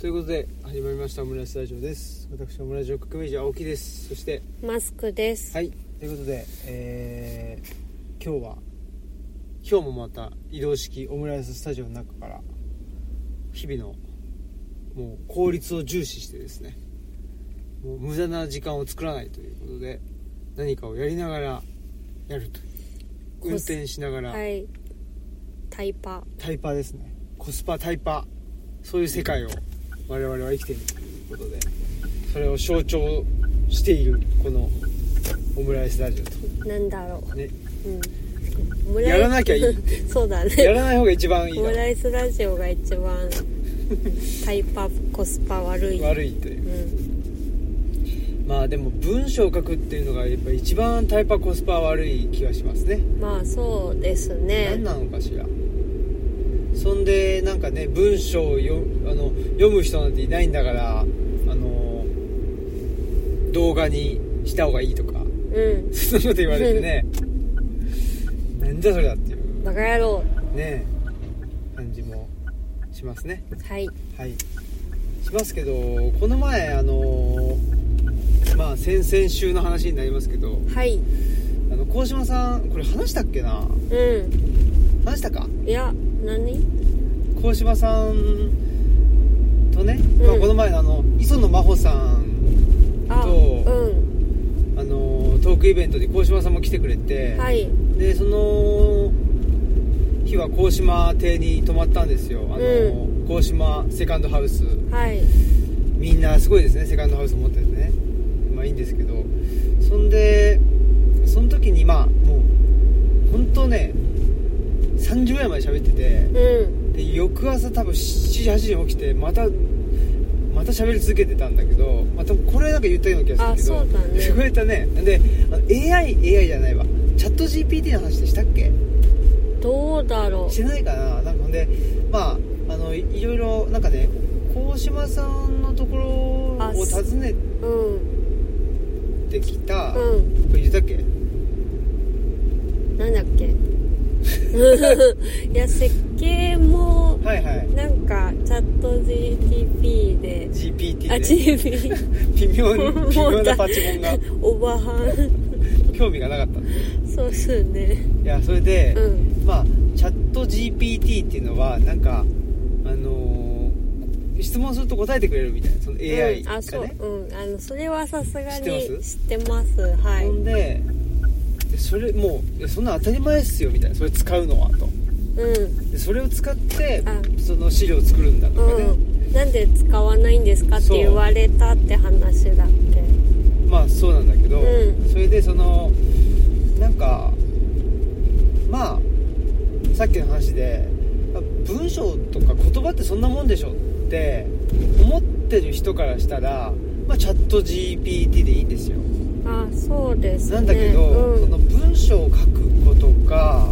ということで始まりましたオムライスラジオです私オムライス革命児青木ですそしてマスクです。はいということで、えー今日は今日もまた移動式オムライススタジオの中から日々のもう効率を重視してですねもう無駄な時間を作らないということで何かをやりながらやるというコス運転しながら、はい。タイパ。タイパーですねコスパタイパーそういう世界を我々は生きているということでそれを象徴しているこのオムライスラジオ となんだろねう。うん。オムライやらなきゃいい そうだやね。らない方が一番いいオムなライスラジオが一番タイパコスパ悪い。悪いといううん。まあでも文章を書くっていうのがやっぱ一番タイパーコスパ悪い気がしますねまあそうです何ね。なのかしらそんでなんかね文章をよあの読む人なんていないんだからあの動画にした方がいいとかう。そんなこと言われてねなんじゃそりゃっていうんバカ野郎。ね感じもしますねはい。はいしますけどこの前あのまあ先々週の話になりますけどはい。あの鴻島さんこれ話したっけなう話したかん。いや、何鴻島さんとね、まあ、うんこの前のあの磯野真帆さんあ、どううん。あのトークイベントで鴻島さんも来てくれて、はい。でその日は鴻島邸に泊まったんですよあの、う鴻島セカンドハウスはい。みんなすごいですねセカンドハウス持っててねまあいいんですけどそんでその時にまあもう本当ね3時ぐらいまで喋っててうん。で翌朝多分7時8時に起きてまたまた喋り続けてたんだけど、まあ、多分これなんか言ったような気がするけどあそう だね言われたねであの AI, AI じゃないわチャット GPT の話でしたっけどうだろしてないかななんかほんでまああのいいろいろなんかね鴻島さんのところをあ訪すねう。うん。てきた、こうん。れ言ったっけなんだっけ いや設計もはいはいなんかチャット GTP で GPT ねあ GP 微妙に微妙なパチモンがおばはん興味がなかったんだいそうっすねやそれで、うんまあ、チャット GPT っていうのはなんか、あのー質問すると答えてくれるみたいなその AI うんがあそうね、うんあのそれはさすが知っにてます知ってますはいほんででそれもういやそんな当たり前っすよみたいなそれ使うのはとうんでそれを使ってあその資料を作るんだとかね、うんなんで使わないんですかって言われたって話だっまあそうなんだけど、うそれでそのなんかまあさっきの話であ文章とか言葉ってそんなもんでしょって思ってる人からしたら、まあ、チャット GPT でいいんですよけあそうですねなんだけど、うそんの文章を書くことが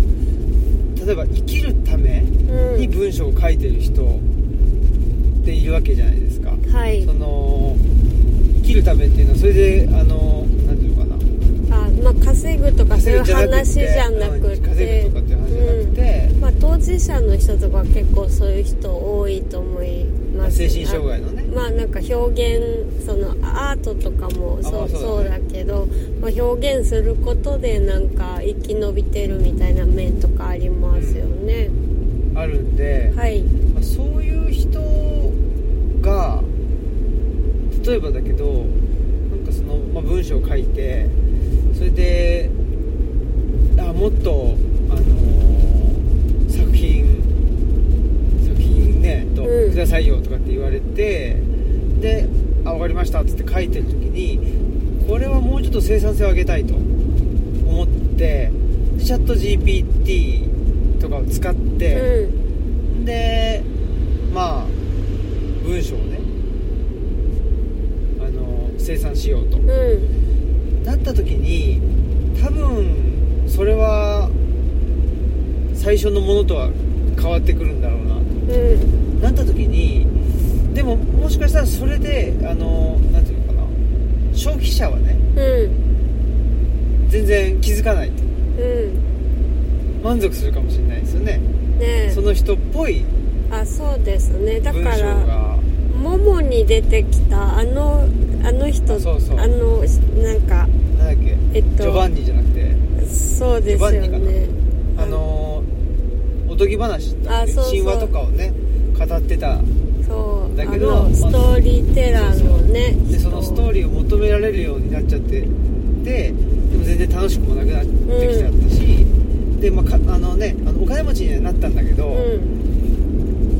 例えば生きるためうにん文章を書いてる人っているわけじゃないですか、はいその生きるためっていうのはそれであのなんていうのかなあまあ稼ぐとかそういう話じゃなく稼てぐとかっていう話じゃなくて、まあ、当事者の人とか結構そういう人多いと思いままあす精神障害のねあまあなんか表現そのアートとかもあまそあうそそううだだけど、まあ、表現することでなんか生き延びてるみたいな面とかありますよね、あるんで、はいまあ、そういう人が例えばだけどなんかその、まあ、文章を書いてそれであもっと、あのー作品作品ねと、うんくださいよとかって言われてで「あ分かりました」っつって書いてる時にこれはもうちょっと生産性を上げたいと思ってでチャット GPT とかを使って。うんでまあ文章をねあの生産しようとうんなった時に多分それは最初のものとは変わってくるんだろうなとうんなった時にでももしかしたらそれであのなんていうのかな消費者はねうん全然気づかないとうん満足するかもしれないですよねねえその人っぽいあそうですねだ文か章らがモモに出てきたあのあの人あそうそうあのなんかなんだっけえっとジョバンニじゃなくてそうですよジョバンニねあのーおとぎ話だっあけそうそう神話とかをね語ってたそうだけどあのストーリーテラーのねでそのストーリリーを求められるようになっちゃってででも全然楽しくもなくなってきちゃったし、で、まあ、かあのねあのお金持ちにはなったんだけど、うん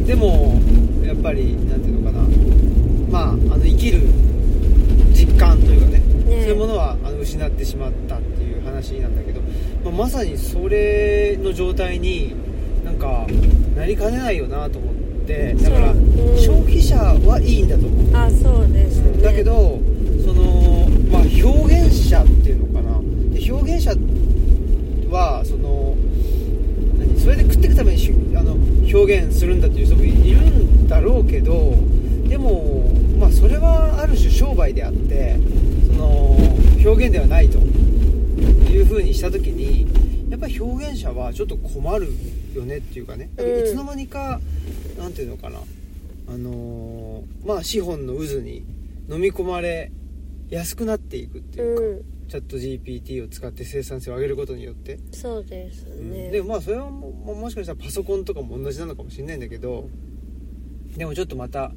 でもやっぱりなんていうのかなまああの生きる実感というかねねそういうものはあの失ってしまったっていう話なんだけど、まあ、まさにそれの状態になんかなりかねないよなと思ってだから、そううん消費者はいいんだと思う。あそうですねだけどその、まあ、表現者っていうのかなで表現者はその何それで食っていくためにしあの表現するんだっていう人もいるんだろうけどでも、まあ、それはある種商売であってその表現ではないというふうにした時にやっぱり表現者はちょっと困るよねっていうかね、うんいつの間にかなんていうのかなあのーまあ資本の渦に飲み込まれ安くなっていくっていうか、うんチャット GPT を使って生産性を上げることによって、そうですねでもまあそれはもももしかしたらパソコンとかも同じなのかもしれないんだけどでもちょっとまた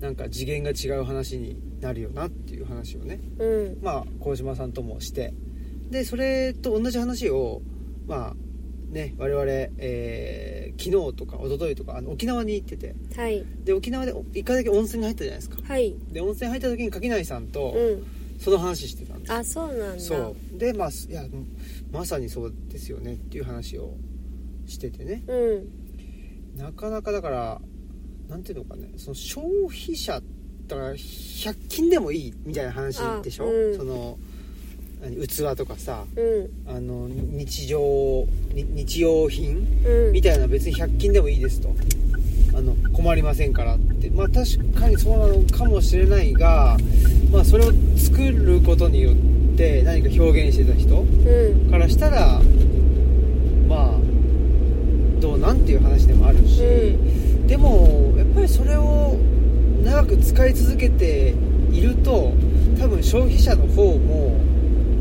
なんか次元が違う話になるよなっていう話をねうんまあ鴻島さんともしてでそれと同じ話をまあね我々、えー昨日とか一昨日とかあの沖縄に行っててはいで沖縄で1回だけ温泉に入ったじゃないですかはいで温泉入った時に垣内さんとうんその話してたんですよあそうなんだそうでまあすいやまさにそうですよねっていう話をしててねうんなかなかだからなんていうのかねその消費者だから100均でもいいみたいな話でしょ、あうんその何器とかさうんあの日常に日用品うんみたいな別に100均でもいいですとあの困りませんからってまあ確かにそうなのかもしれないが、まあ、それを作ることによって何か表現してた人、うんからしたらまあどうなんっていう話でもあるし、うでもやっぱりそれを長く使い続けていると多分消費者の方も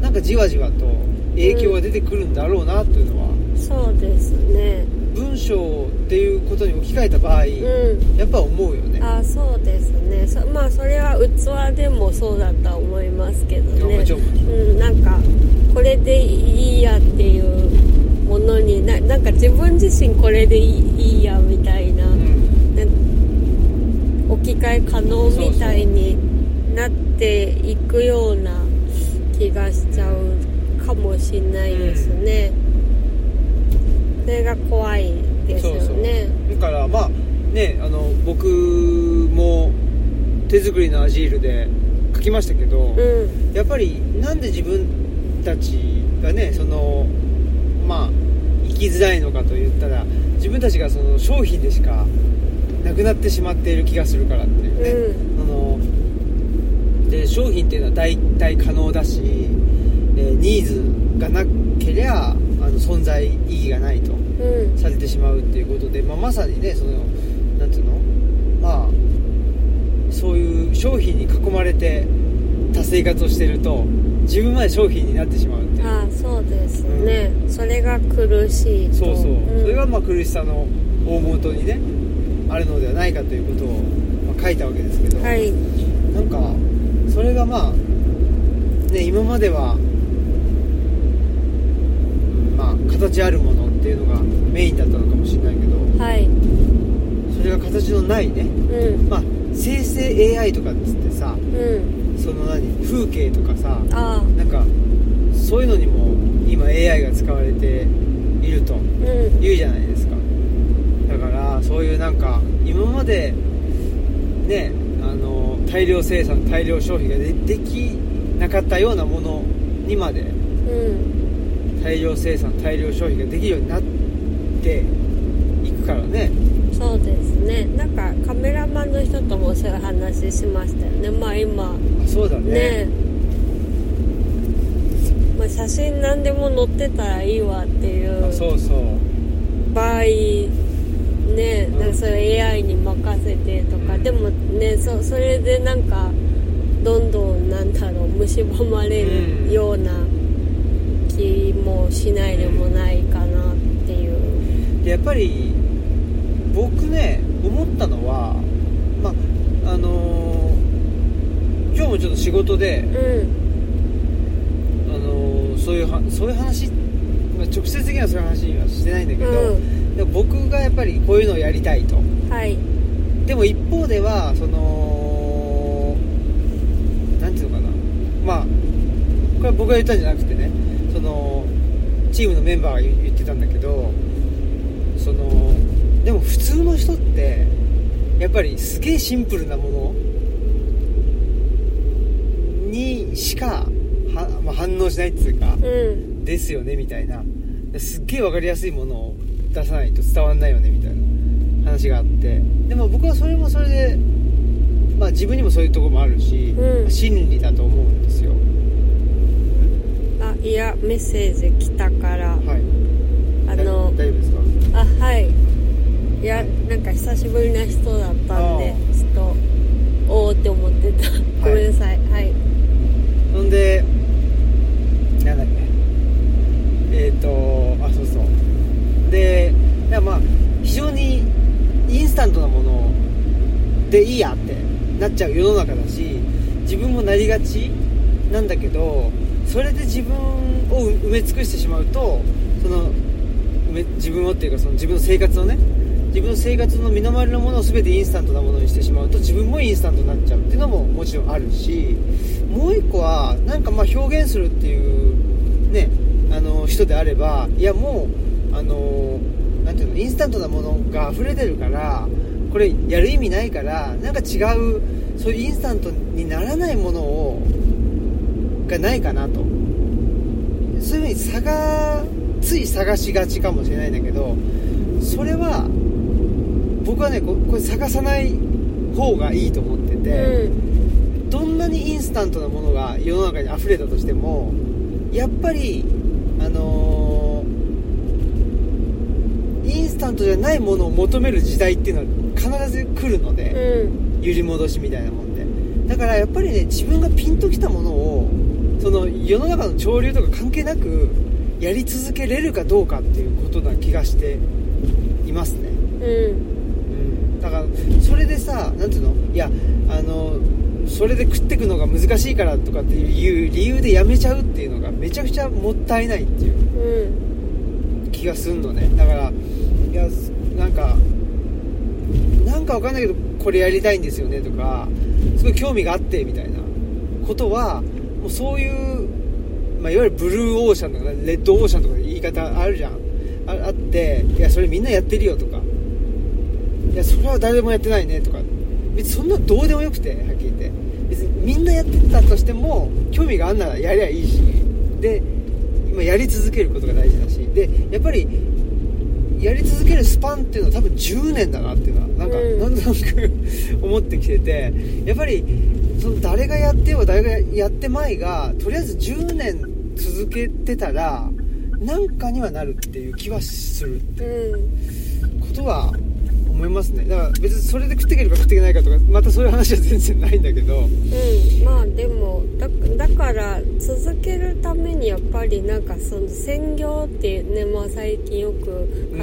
なんかじわじわと影響が出てくるんだろうなっていうのは、そうですね文章っていうことに置き換えた場合、うやっぱ思うよねんあそうですねそまあそれは器でもそうだとは思いますけどねもちろんうんなんかこれでいいやっていうものにななんか自分自身これでいいいいやみたいな、うんね置き換え可能みたいになっていくような気がしちゃうかもしれないですね、それが怖いですよそうそうねだからまあねあの僕も手作りのアジールで書きましたけど、うんやっぱりなんで自分たちがねそのまあ生きづらいのかと言ったら自分たちがその商品でしかなくなってしまっている気がするからっていうね、うそので商品っていうのは代替可能だし、えーニーズがなけりゃあの存在意義がないとうんされてしまうっていうことで、まあ、まさにねそのなんていうのまあそういう商品に囲まれてた生活をしてると自分まで商品になってしまうっていうああそうですね、それが苦しいとそうそう、んそれがまあ苦しさの大元にねあるのではないかということを、まあ、書いたわけですけど、はいなんかそれがまあね今まではまあ形あるものっていうのがメインだったのかもしれないけどはいそれが形のないねうんまあ、生成 AI とかっつってさうんその何風景とかさああなんかそういうのにも今 AI が使われているとうん言うじゃないですかだからそういうなんか今までねあの大量生産大量消費がでできなかったようなものにまでうん大量生産大量消費ができるようになっていくからねそうですねなんかカメラマンの人ともそういう話しましたよねまあ今あそうだねねまあ、写真何でも載ってたらいいわっていあうそうそう場合ねなんかそれ AI に任せてとか、うんでもねそそれでなんかどんどんなんだろう蝕まれうんるような気もしないでもないかなっていうでやっぱり僕ね思ったのはまああのー今日もちょっと仕事で、うんあのーそういうはそういう話、まあ直接的にはそういう話はしてないんだけど、うでも僕がやっぱりこういうのをやりたいとんはいでも一方ではそのなんていうのかなまあこれは僕が言ったんじゃなくてねそのチームのメンバーが言言ってたんだけどそのでも普通の人ってやっぱりすげえシンプルなものにしかは、まあ、反応しないっていうかうんですよねみたいなすっげえ分かりやすいものを出さないと伝わんないよねみたいな話があってでも僕はそれもそれで、まあ、自分にもそういうとこもあるし、うん真理だと思うんですよあいやメッセージ来たからはいあのだ大丈夫ですかあはいいやなんか久しぶりな人だったんであちょっとおおって思ってたごめんなさいはいほんでなんだっけえっ、とあそうそうでいやまあ非常にインスタントなものでいいやってなっちゃう世の中だし自分もなりがちなんだけどそれで自分を埋め尽くしてしまうとその埋め自分をっていうかその自分の生活をね自分の生活の身の回りのものを全てインスタントなものにしてしまうと自分もインスタントになっちゃうっていうのももちろんあるしもう一個はなんかまあ表現するっていうねあの人であればいやもうあのなんていうのインスタントなものが溢れてるからこれやる意味ないからなんか違うそういうインスタントにならないものをがないかなとそういうふうに差がつい探しがちかもしれないんだけどそれは僕はねここれ探さない方がいいと思ってて。うんどんなにインスタントなものが世の中に溢れたとしてもやっぱりあのーインスタントじゃないものを求める時代っていうのは必ず来るので、うん揺り戻しみたいなもんでだからやっぱりね自分がピンときたものをその世の中の潮流とか関係なくやり続けれるかどうかっていうことな気がしていますねうんだからそれでさなんていうのいやあのそれで食ってくのが難しいからとかっていう理由でやめちゃうっていうのがめちゃくちゃもったいないっていううん気がすんのねだからいやなんかなんかわかんないけどこれやりたいんですよねとかすごい興味があってみたいなことはもうそういう、まあ、いわゆるブルーオーシャンとかレッドオーシャンとか言い方あるじゃんああっていやそれみんなやってるよとかいやそれは誰もやってないねとか別にそんなどうでもよくてはっきり言って別にみんなやってたとしても興味があんならやりゃいいしで今やり続けることが大事だしでやっぱりやり続けるスパンっていうのは多分10年だなっていうのはなんか、うんなんとなく 思ってきててやっぱりその誰がやってようが誰がやってまいがとりあえず10年続けてたらなんかにはなるっていう気はするうんことは思いますねだから別にそれで食っていけるか食っていけないかとかまたそういう話は全然ないんだけどうんまあでもだだから続けるためにやっぱりなんかその専業っていうねまあ最近よく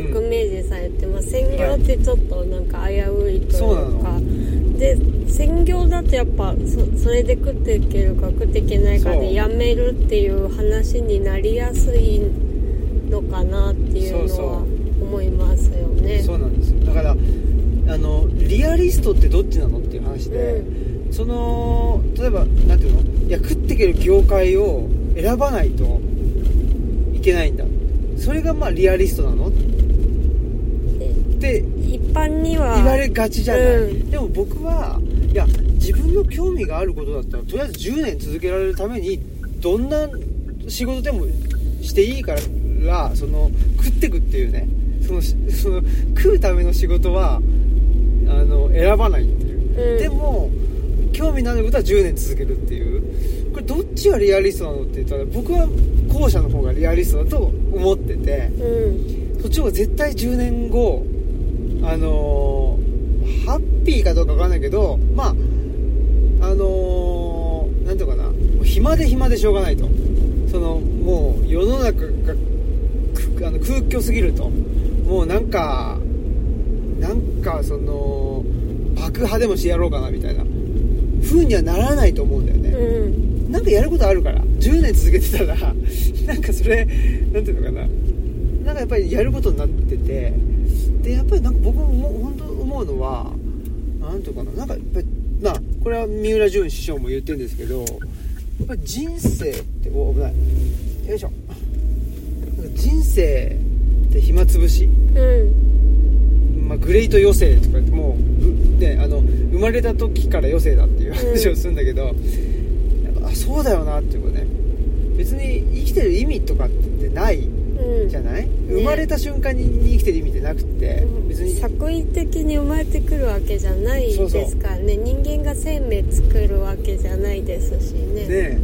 ん革命児さん言って、まあ専業ってちょっとなんか危ういとそうないうかので専業だとやっぱそそれで食っていけるか食っていけないかそうでやめるっていう話になりやすいのかなっていうそうそのうは思いますよね。そうなんですよだからあのリアリストってどっちなのっていう話で、その例えばなんていうのいや食っていける業界を選ばないといけないんだそれがまあリアリストなのっでて一般には言われがちじゃない、うんでも僕はいや自分の興味があることだったらとりあえず10年続けられるためにどんな仕事でもしていいからその食ってくっていうねそのしその食うための仕事はあの選ばないっていう、うんでも興味のあることは10年続けるっていうこれどっちがリアリストなのって言ったら僕は後者の方がリアリストだと思ってて。うんそっちの方が絶対10年後ああのーハッピーかどうかわかんないけどまああのーなんていうのかなもう暇で暇でしょうがないとそのもう世の中がくあの空虚すぎるともうなんかなんかその爆破でもしてやろうかなみたいな風にはならないと思うんだよね、うんなんかやることあるから10年続けてたら なんかそれなんていうのかななんかやっぱりやることになっててでやっぱりなんか僕ももう本当思うのはなんていうのかななんかやっぱりまあこれは三浦淳師匠も言ってるんですけどやっぱり人生ってお危ないよいしょなんか人生って暇つぶしうんまあ、グレート余生とか言ってもう、うね、あの生まれた時から余生だっていう話をするんだけど、やっぱあそうだよなっていうことね別に生きてる意味とかってないうんじゃない、生まれた瞬間に生きてる意味ってなくってうん別に作為的に生まれてくるわけじゃないそうそうですからね人間が生命作るわけじゃないですしねね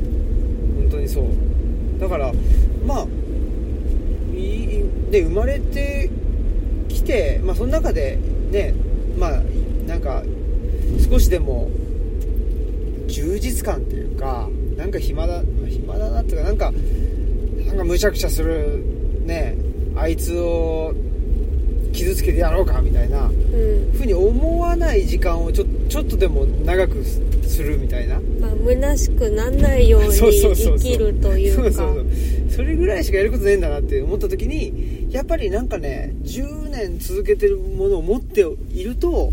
本当にそうだからまあいいで生まれてきて、まあ、その中でねまあいなんか少しでも充実感っていうかなんか暇だまあ暇だなっていうかなんかなんかむちゃくちゃするねあいつを傷つけてやろうかみたいなうんふうに思わない時間をちょちょっとでも長くすするみたいなまあ虚しくならないようにそうそうそうそう生きるというかそうそうそうそれぐらいしかやることねえんだなって思った時にやっぱりなんかね10年続けてるものを持っていると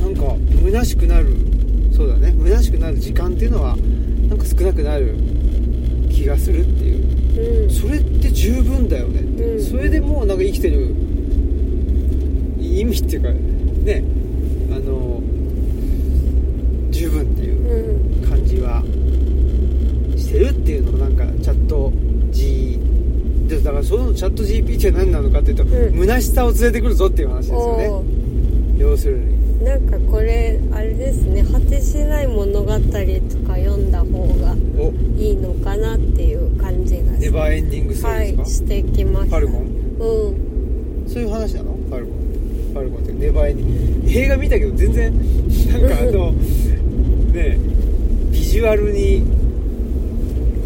なんか虚しくなるそうだね虚しくなる時間っていうのはなんか少なくなる気がするっていううんそれって十分だよねって、うんそれでもうなんか生きてる意味っていうかねあの十分っていううん感じはしてるっていうのをなんかチャット G でだからそのチャット GPT は何なのかっていうと、ん虚しさを連れてくるぞっていう話ですよおねー要するになんかこれあれですね果てしない物語とか読んだ方がおいいのかなっていう感じがネバーエンディングストーはリーいですしてきまか、したファルコンうんそういう話なのファルコンファルコンってネバーエンディング映画見たけど全然なんかあのねビジュアルに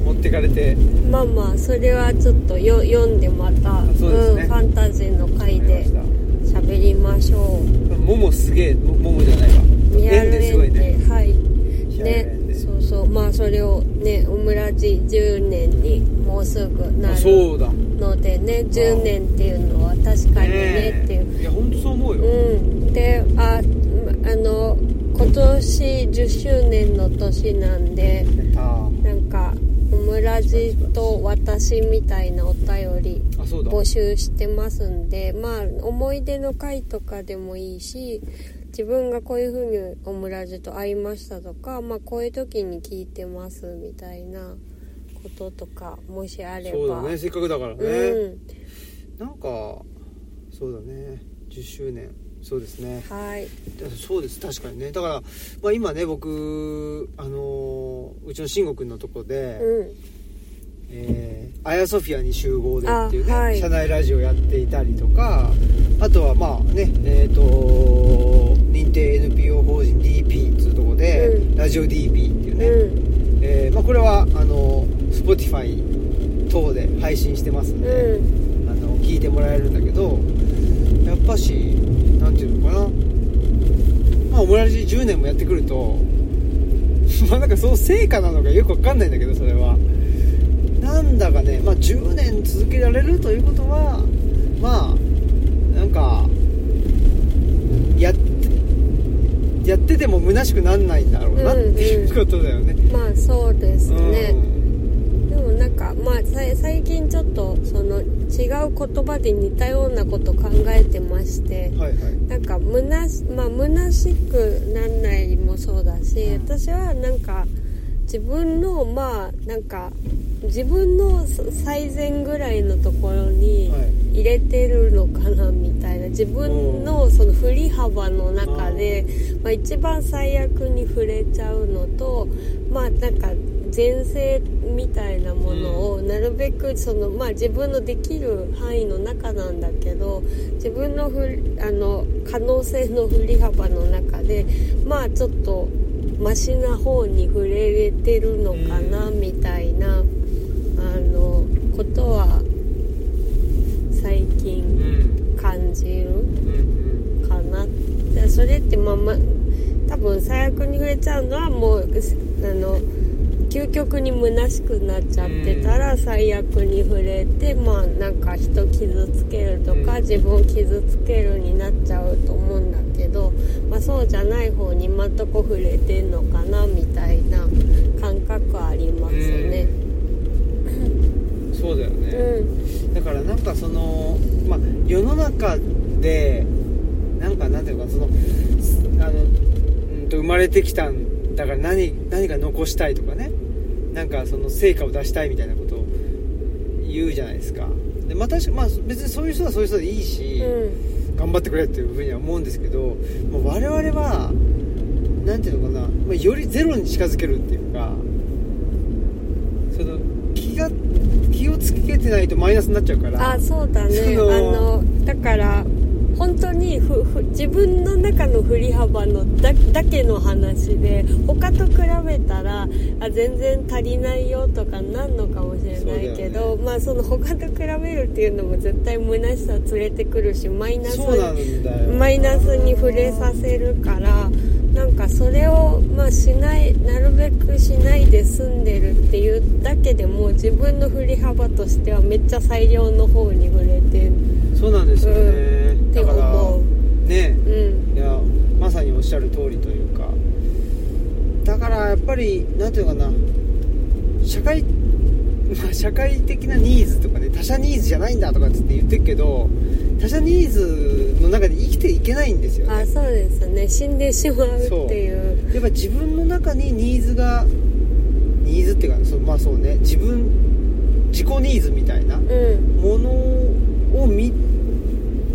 持ってかれてまあまあそれはちょっとよ読んでまたそうですねん、ファンタジーの回なりまでした喋りましょうももすげえもももじゃないわリ円アルでエすごいンねではいリアルね円でそうそうまあそれをねオムラジ10年にもうすぐなあるそうだのでね10年っていうのは確かにねっていうえいや本当そう思うよ、うん、であまあの今年10周年の年なんでやったーなんかオムラジと私みたいなお便りあそうだ募集してますんでまあ思い出の回とかでもいいし自分がこういう風にオムラジと会いましたとか、まあ、こういう時に聞いてますみたいなこととかもしあればそうだねせっかくだからね、うんなんかそうだね10周年そうですねはいだそうです確かにねだから、まあ、今ね僕あのーうちの慎吾君のとこで、うんえーアヤソフィアに集合でっていうね、あはい社内ラジオやっていたりとかあとはまあねえっ、と認定 NPO 法人 DP っていうとこで、うんラジオ DP っていうね、うんえーまあ、これはあの Spotify 等で配信してますんうで、んあの聞いてもらえるんだけどやっぱしなんていうのかなまあオムラジ10年もやってくると まあなんかその成果なのかよくわかんないんだけどそれはなんだかね、まあ、10年続けられるということはまあなんかやってやってても虚しくなんないんだろうなっていうことだよね、まあそうですね、うんでもなんかまあさい最近ちょっとその違う言葉で似たようなこと考えてましてはいはいなんかむなしまあ虚しくなんないもそうだし、うん私はなんか自分のまあなんか自分のさ最善ぐらいのところにはい入れてるのかなみたいな自分のその振り幅の中で、まあ、一番最悪に触れちゃうのとまあなんか前世みたいなものをなるべくその、まあ、自分のできる範囲の中なんだけど自分のふりあの可能性の振り幅の中でまあちょっとマシな方に触れれてるのかなうんみたいな、あのことは最う近ん感じる。うんかなでそれってまあまあ多分最悪に触れちゃうのはもうすあの究極に虚しくなっちゃってたら最悪に触れてまあなんか人傷つけるとうかん自分傷つけるになっちゃうと思うんだけど、まあ、そうじゃない方に今んとこ触れてんのかなみたいな感覚ありますね。うんそうだよね、うんだからなんかその、まあ、世の中でなんかなんていうかそのあのうんと生まれてきたんだから何何か残したいとかねなんかその成果を出したいみたいなことを言うじゃないですかで、まあ確かまあ、別にそういう人はそういう人でいいし、うん頑張ってくれっていうふうには思うんですけどもう我々はなんていうのかな、まあ、よりゼロに近づけるっていうかその気が気をつけてないとマイナスになっちゃうからあそうだねそのあのだから本当にふふ自分の中の振り幅のだだけの話で他と比べたらあ全然足りないよとかなんのかもしれないけそど、まあその他と比べるっていうのも絶対虚しさ連れてくるしマイナスそうなんだよマイナスに触れさせるからなんかそれを、まあ、しないなるべくしないで済んでるっていうだけでもう自分の振り幅としてはめっちゃ最良の方に触れてるそうなんですよね、ってだから思ねううんいやまさにおっしゃる通りというかだからやっぱりなんていうのかな社会 まあ社会的なニーズとかね他者ニーズじゃないんだとかっつって言ってるけど他者ニーズの中で生きていけないんですよあねそうですね死んでしまうっていうやっぱ自分の中にニーズがニーズっていうかそうまあそうね自分自己ニーズみたいなううんものを見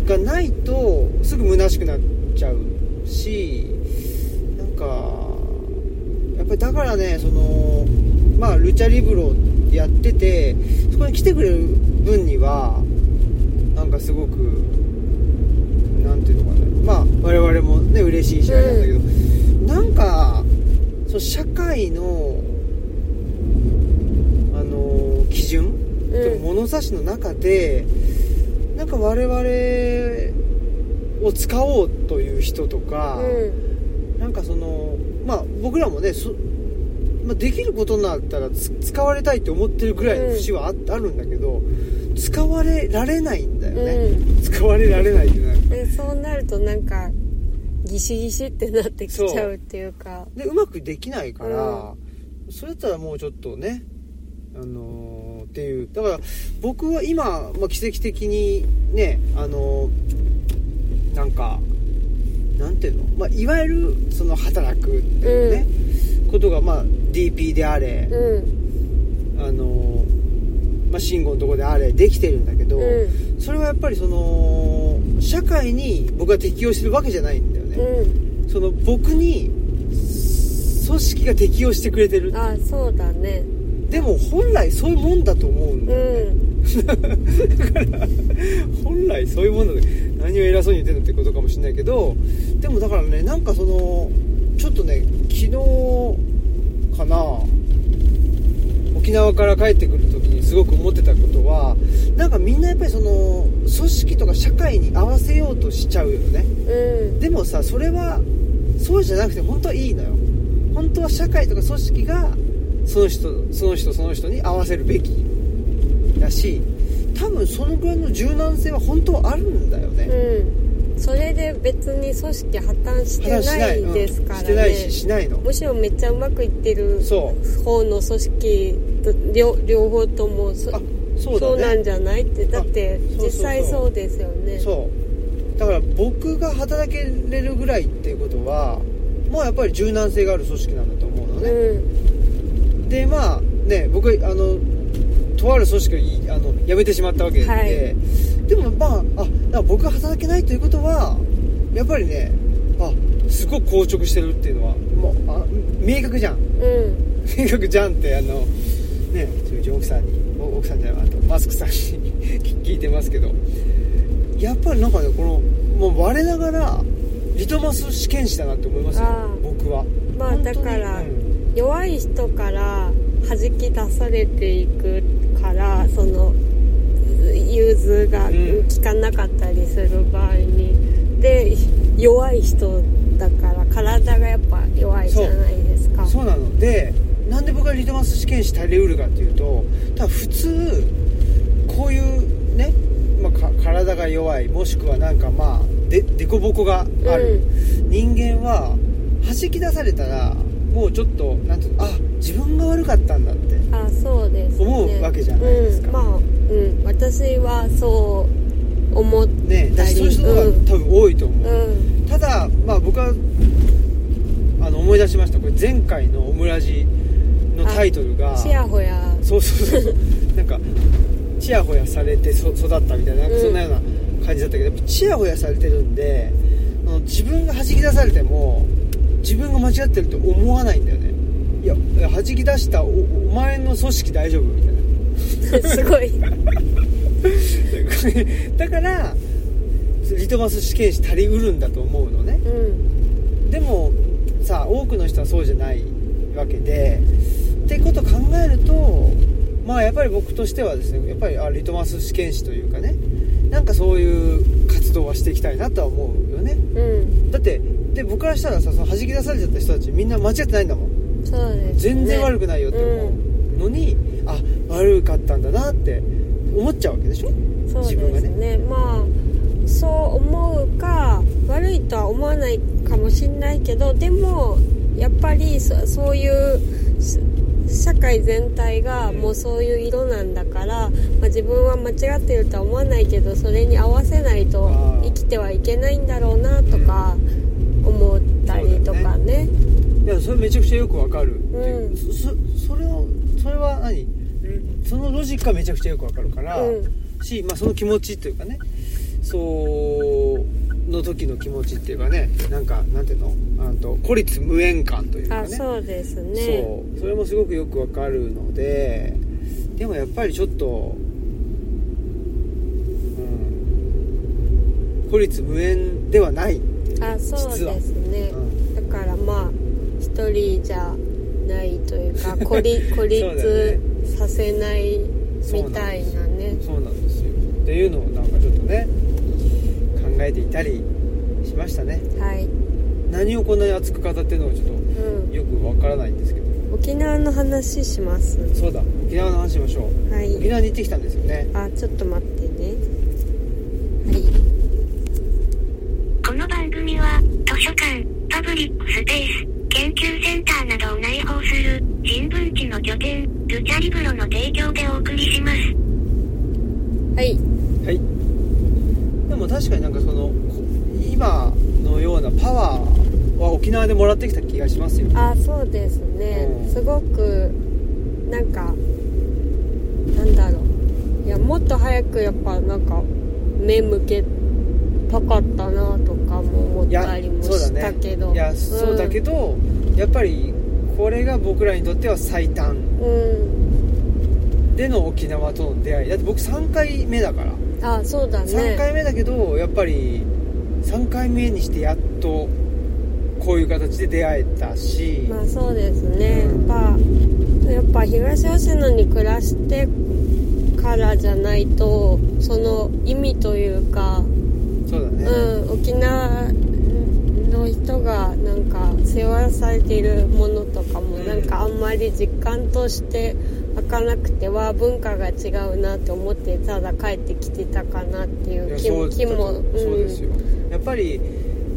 がないとすぐ虚しくなっちゃうしなんかやっぱりだからねそのまあルチャリブロやっててそこに来てくれる分にはなんかすごくなんていうのかなまあ我々もね嬉しいしあれなんだけど、なんかその社会のあの基準でも物差しの中でなんか我々を使おうという人とか、うんなんかそのまあ僕らもねそ、まあ、できることになったらつ使われたいって思ってるぐらいの節はあ,、あるんだけど使われられないんだよね、う使われられないってなでそうなるとなんかギシギシってなってきちゃうっていうかでうまくできないから、それだったらもうちょっとねあのーっていうだから僕は今、まあ、奇跡的にねあのーなんかなんていうの、まあ、いわゆるその働くっていうね、ことがまあ DP であれ、うんあのーまあ、慎吾のとこであれできてるんだけど、うんそれはやっぱりその社会に僕が適応してるわけじゃないんだよね、うその僕に組織が適応してくれてるんあそうだねでも本来そういうもんだと思うんだよね、う本来そういうもんだと何を偉そうに言ってんのってことかもしれないけどでもだからねなんかそのちょっとね昨日かな沖縄から帰ってくる時にすごく思ってたことはなんかみんなやっぱりその組織とか社会に合わせようとしちゃうよねんうんでもさそれはそうじゃなくて本当はいいのよ本当は社会とか組織がその人その人その人に合わせるべきだし多分そのぐらいの柔軟性は本当はあるんだよね、うん、それで別に組織破綻して話しないうんですからねしてないししないのむしろめっちゃうまくいってるそう方の組織と両両方ともそあそうだねなんじゃないってだってそうそうそう実際そうですよねそうだから僕が働けれるぐらいっていうことはもうやっぱり柔軟性がある組織なんだと思うのね、でまあね僕あのとある組織をいあの辞めてしまったわけで、はいでもまああだから僕が働けないということはやっぱりねあすごく硬直してるっていうのはもうあ明確じゃん うん明確じゃんってあのねうち奥さんにお奥さんじゃないあとマスクさんに 聞いてますけどやっぱりなんかねこのもう我ながらリトマス試験紙だなって思いますよあー僕はまあ本当にだかうらん弱い人から弾き出されていくからその融通がうん効かなかったりする場合に、で弱い人だから体がやっぱ弱いじゃないですかそうなのでなんで僕がリトマス試験紙足りうるかっていうと多分普通こういうね、まあ、か体が弱いもしくはなんかまあででこぼこがある、人間は弾き出されたらもうちょっとなんていうのあ自分が悪かったんだってあそうです、ね、思うわけじゃないですかうん、まあ、うん、私はそう思っねだしそういう人がうん多分多いと思う、うんただまあ僕はあの思い出しましたこれ前回のオムラジのタイトルがちやほやそうそうそうそうなんかちやほやされてそ育ったみたいななんかそんなような感じだったけど、やっぱちやほやされてるんであの自分が弾き出されても自分が間違ってるって思わないんだよねいやいや弾き出したおお前の組織大丈夫みたいなすご いだからリトマス試験紙足りうるんだと思うのねうんでもさ多くの人はそうじゃないわけでってことを考えるとまあやっぱり僕としてはですねやっぱりあリトマス試験紙というかねなんかそういう活動はしていきたいなとは思うよねうんだってで僕からしたらさその弾き出されちゃった人たちみんな間違ってないんだもんそうです、ね、全然悪くないよって思うのに、あ悪かったんだなって思っちゃうわけでしょそうです自分がねねまあそう思うか悪いとは思わないかもしれないけどでもやっぱりそそういうし社会全体がうんもうそういう色なんだから、まあ、自分は間違ってるとは思わないけどそれに合わせないとあー生きてはいけないんだろうなとか思ったりとかねいやそれめちゃくちゃよくわかる、うんそそそれをそれは何そのロジックはめちゃくちゃよくわかるから、うし、まあ、その気持ちというかねそうの時の気持ちっていうかねなんかなんていうのあの孤立無縁感というかあねそうですねそうそれもすごくよくわかるのででもやっぱりちょっと、うん、孤立無縁ではない、うあそうですねん、だからまあ一人じゃないという か孤立孤そうだよ立させないみたいなねそうなんですよっていうのをなんかちょっとね考えていたりしましたねはい、何をこんなに熱く語ってるのかちょっうとよくわからないんですけどん、沖縄の話しますそうだ沖縄の話しましょうは沖い縄に行ってきたんですよねあちょっと待ってねはいこの番組は、図書館、パブリックスペース、研究センターなどを内包する、人文地の拠点、ルチャリブロの提供でお送りします。はいはいでも確かになんかそのこ今のようなパワーは沖縄でもらってきた気がしますよあそうですねうんすごくなんかなんだろういやもっと早くやっぱなんか目向けたかったなとかも思っいやたりもそうだしたねけどいやそうだけど、やっぱりこれが僕らにとっては最短うんでの沖縄との出会いだって僕3回目だからあそうだね3回目だけどやっぱり3回目にしてやっとこういう形で出会えたし、まあそうですね、うんやっぱやっぱ東吉野に暮らしてからじゃないとその意味というか、そうだね、うん、沖縄の人がなんか背負わされているものとかもうんなんかあんまり実感として開かなくては文化が違うなって思ってただ帰ってきてたかなっていいうや気そもう気も、だとそうですよ、やっぱり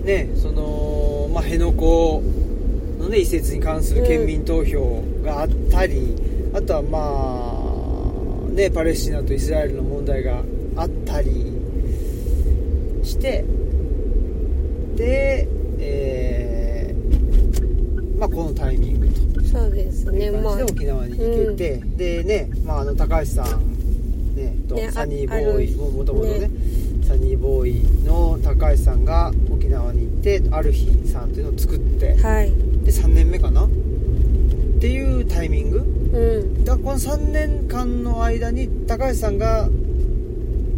ねその、まあ、辺野古のね移設に関する県民投票があったり、あとはまあねパレスチナとイスラエルの問題があったりしてで、えーまあ、このタイミングとそうですねまあで沖縄に行けて、でね、まあ、あの高橋さん、ね、とねあサニーボーイあるももともとねサニーボーイの高橋さんが沖縄に行ってある日さんっていうのを作ってはいで3年目かなっていうタイミングうんだからこの3年間の間に高橋さんが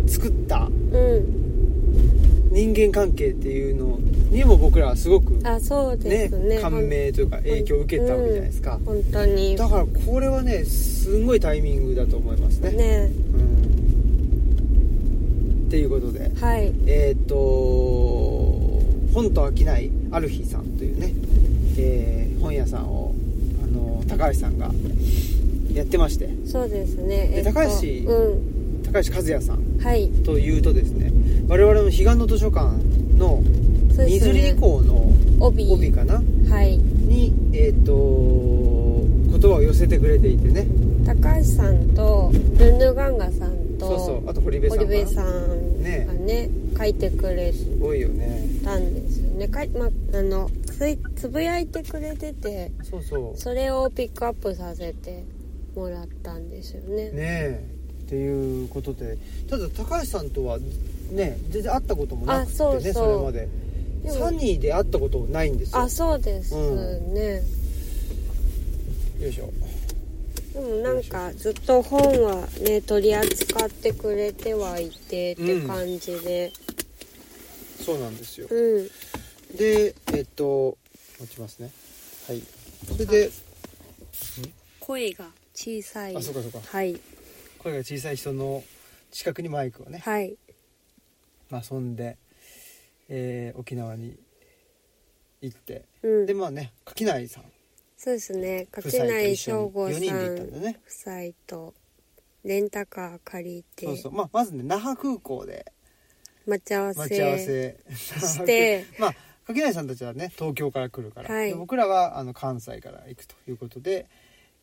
作ったうん人間関係っていうのにも僕らはすごくあそうでねすね感銘というか影響を受けたわけじゃないですか、本当にだからこれはねすんごいタイミングだと思いますねねうんっていうことではいえーっと本と飽きないアルヒさんというね、えー本屋さんをあの高橋さんがやってましてそうですねで高橋うん高橋和也さんはいというとですね我々の彼岸の図書館のそう二です釣り以ね降の帯帯かなはいにえーっと言葉を寄せてくれていてね高橋さんとルンヌガンガさんとそうそうあと堀部さん堀部がすさんねがね書いてくれごいよねたんですよねかい、ま、あのついつぶやいてくれててそうそうそれをピックアップさせてもらったんですよねねえっていうことでただ高橋さんとはね全然会ったこともなくてねあそうそうれまででもサニーで会ったことないんですよあそうですね、よいしょでもなんかずっと本はね取り扱ってくれてはいてって感じでそうなんですようん、でえっと持ちますねはいそれで声が小さいあそうかそうかはい声が小さい人の近くにマイクをねはいまあそんで、えー沖縄に行ってうんでまあね垣内さんそうですね夫垣妻と内一緒省に吾4さ人んで行ったんだよね夫妻とレンタカー借りてそうそう、まあ、まずね那覇空港で待ち合わせ待ち合わせして まあ垣内さんたちはね東京から来るから、はいで僕らはあの関西から行くということで、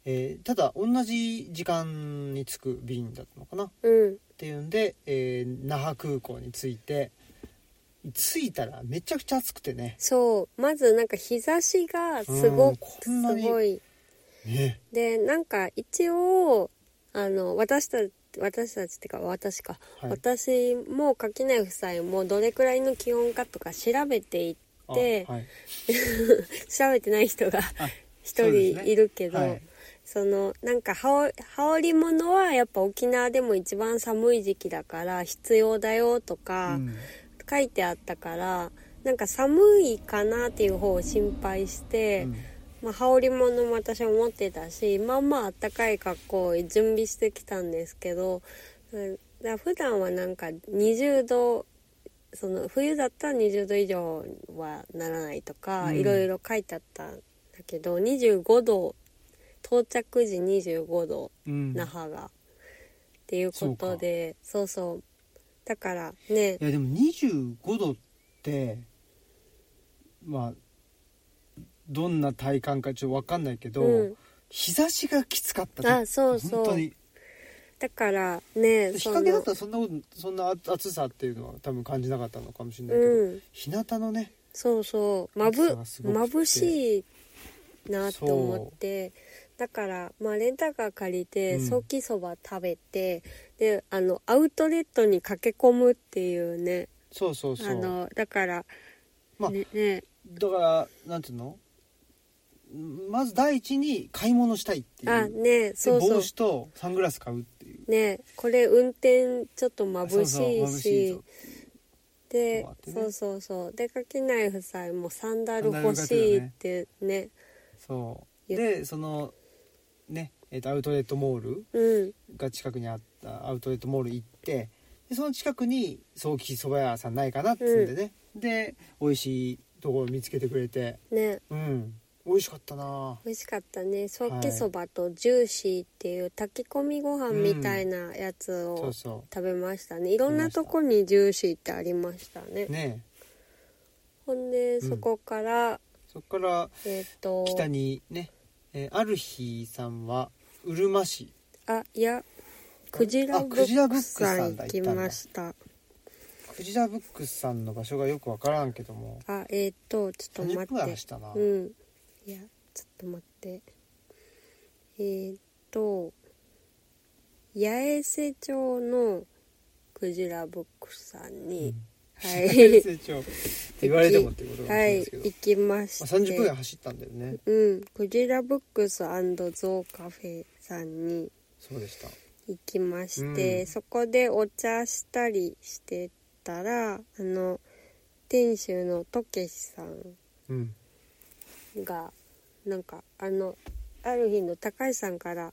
えーただ同じ時間に着く便だったのかなっうんていうんで、えー那覇空港に着いて着いたらめちゃくちゃ暑くてねそうまずなんか日差しがすうごくんこんなすにごいねでなんか一応あの私たち私たちってか私か、はい私も垣内夫妻もどれくらいの気温かとか調べていあって、はい、調べてない人があ一そうです人ねいるけどそ,、はいのなんか羽織羽織物はやっぱ沖縄でも一番寒い時期だから必要だよとかうん書いてあったから、なんか寒いかなっていう方を心配して。うんまあ、羽織物も私は持ってたしまあまああったかい格好を準備してきたんですけどうんだから普段はなんか20度その冬だったら20度以上はならないとか、うんいろいろ書いてあったんだけど25度到着時25度うん那覇が、っていうことでそうそうだからねいやでも25度ってまあどんな体感かちょっと分かんないけど、うん日差しがきつかったあそうそう本当にだからね日陰だったらそんなことそんな暑さっていうのは多分感じなかったのかもしれないけど、うん日向のねそうそうまぶ暑さがすごくて眩しいなと思ってだから、まあ、レンタカー借りてうんソーキそば食べて、であのアウトレットに駆け込むっていうねそうそうそあうのだから、まあねねだからなんていうのまず第一に買い物したいっていうあねでそうそ帽う子とサングラス買うっていうねこれ運転ちょっと眩そうそうしい眩しいとでこうやってねそうそうそうで垣内夫妻もサンダルサンダル欲しいってねそうゆでそのね、えっとアウトレットモールうんが近くにあったアウトレットモール行ってでその近くに早期そば屋さんないかなっつうんでね、で美味しいところ見つけてくれてねうん美味しかったな美味しかったねソーキそばとジューシーっていう炊き込みご飯みたいなやつそをうそ食べましたねいろんなとこにジューシーってありましたねうねえほんでうんそこから、そこからえっ、と北にね、えーある日さんはうるま市あいやクジラあブクジラッブッククスささんんだ行きましたクジラブックスさんの場所がよくわからんけどもあえっ、とちょっと30分ぐらい待っ走ってたな、うんいやちょっと待ってえーっと八重瀬町のクジラブックさんに、はい成長って言われてもってことかもしれはないいですけど、行きましまあ、て、 30分ぐらい走ったんだよねうんクジラブックスゾウカフェさんにそうでした行きまして、うんそこでお茶したりしてたらあの店主のとけしさんうんがなんかあのある日の高橋さんから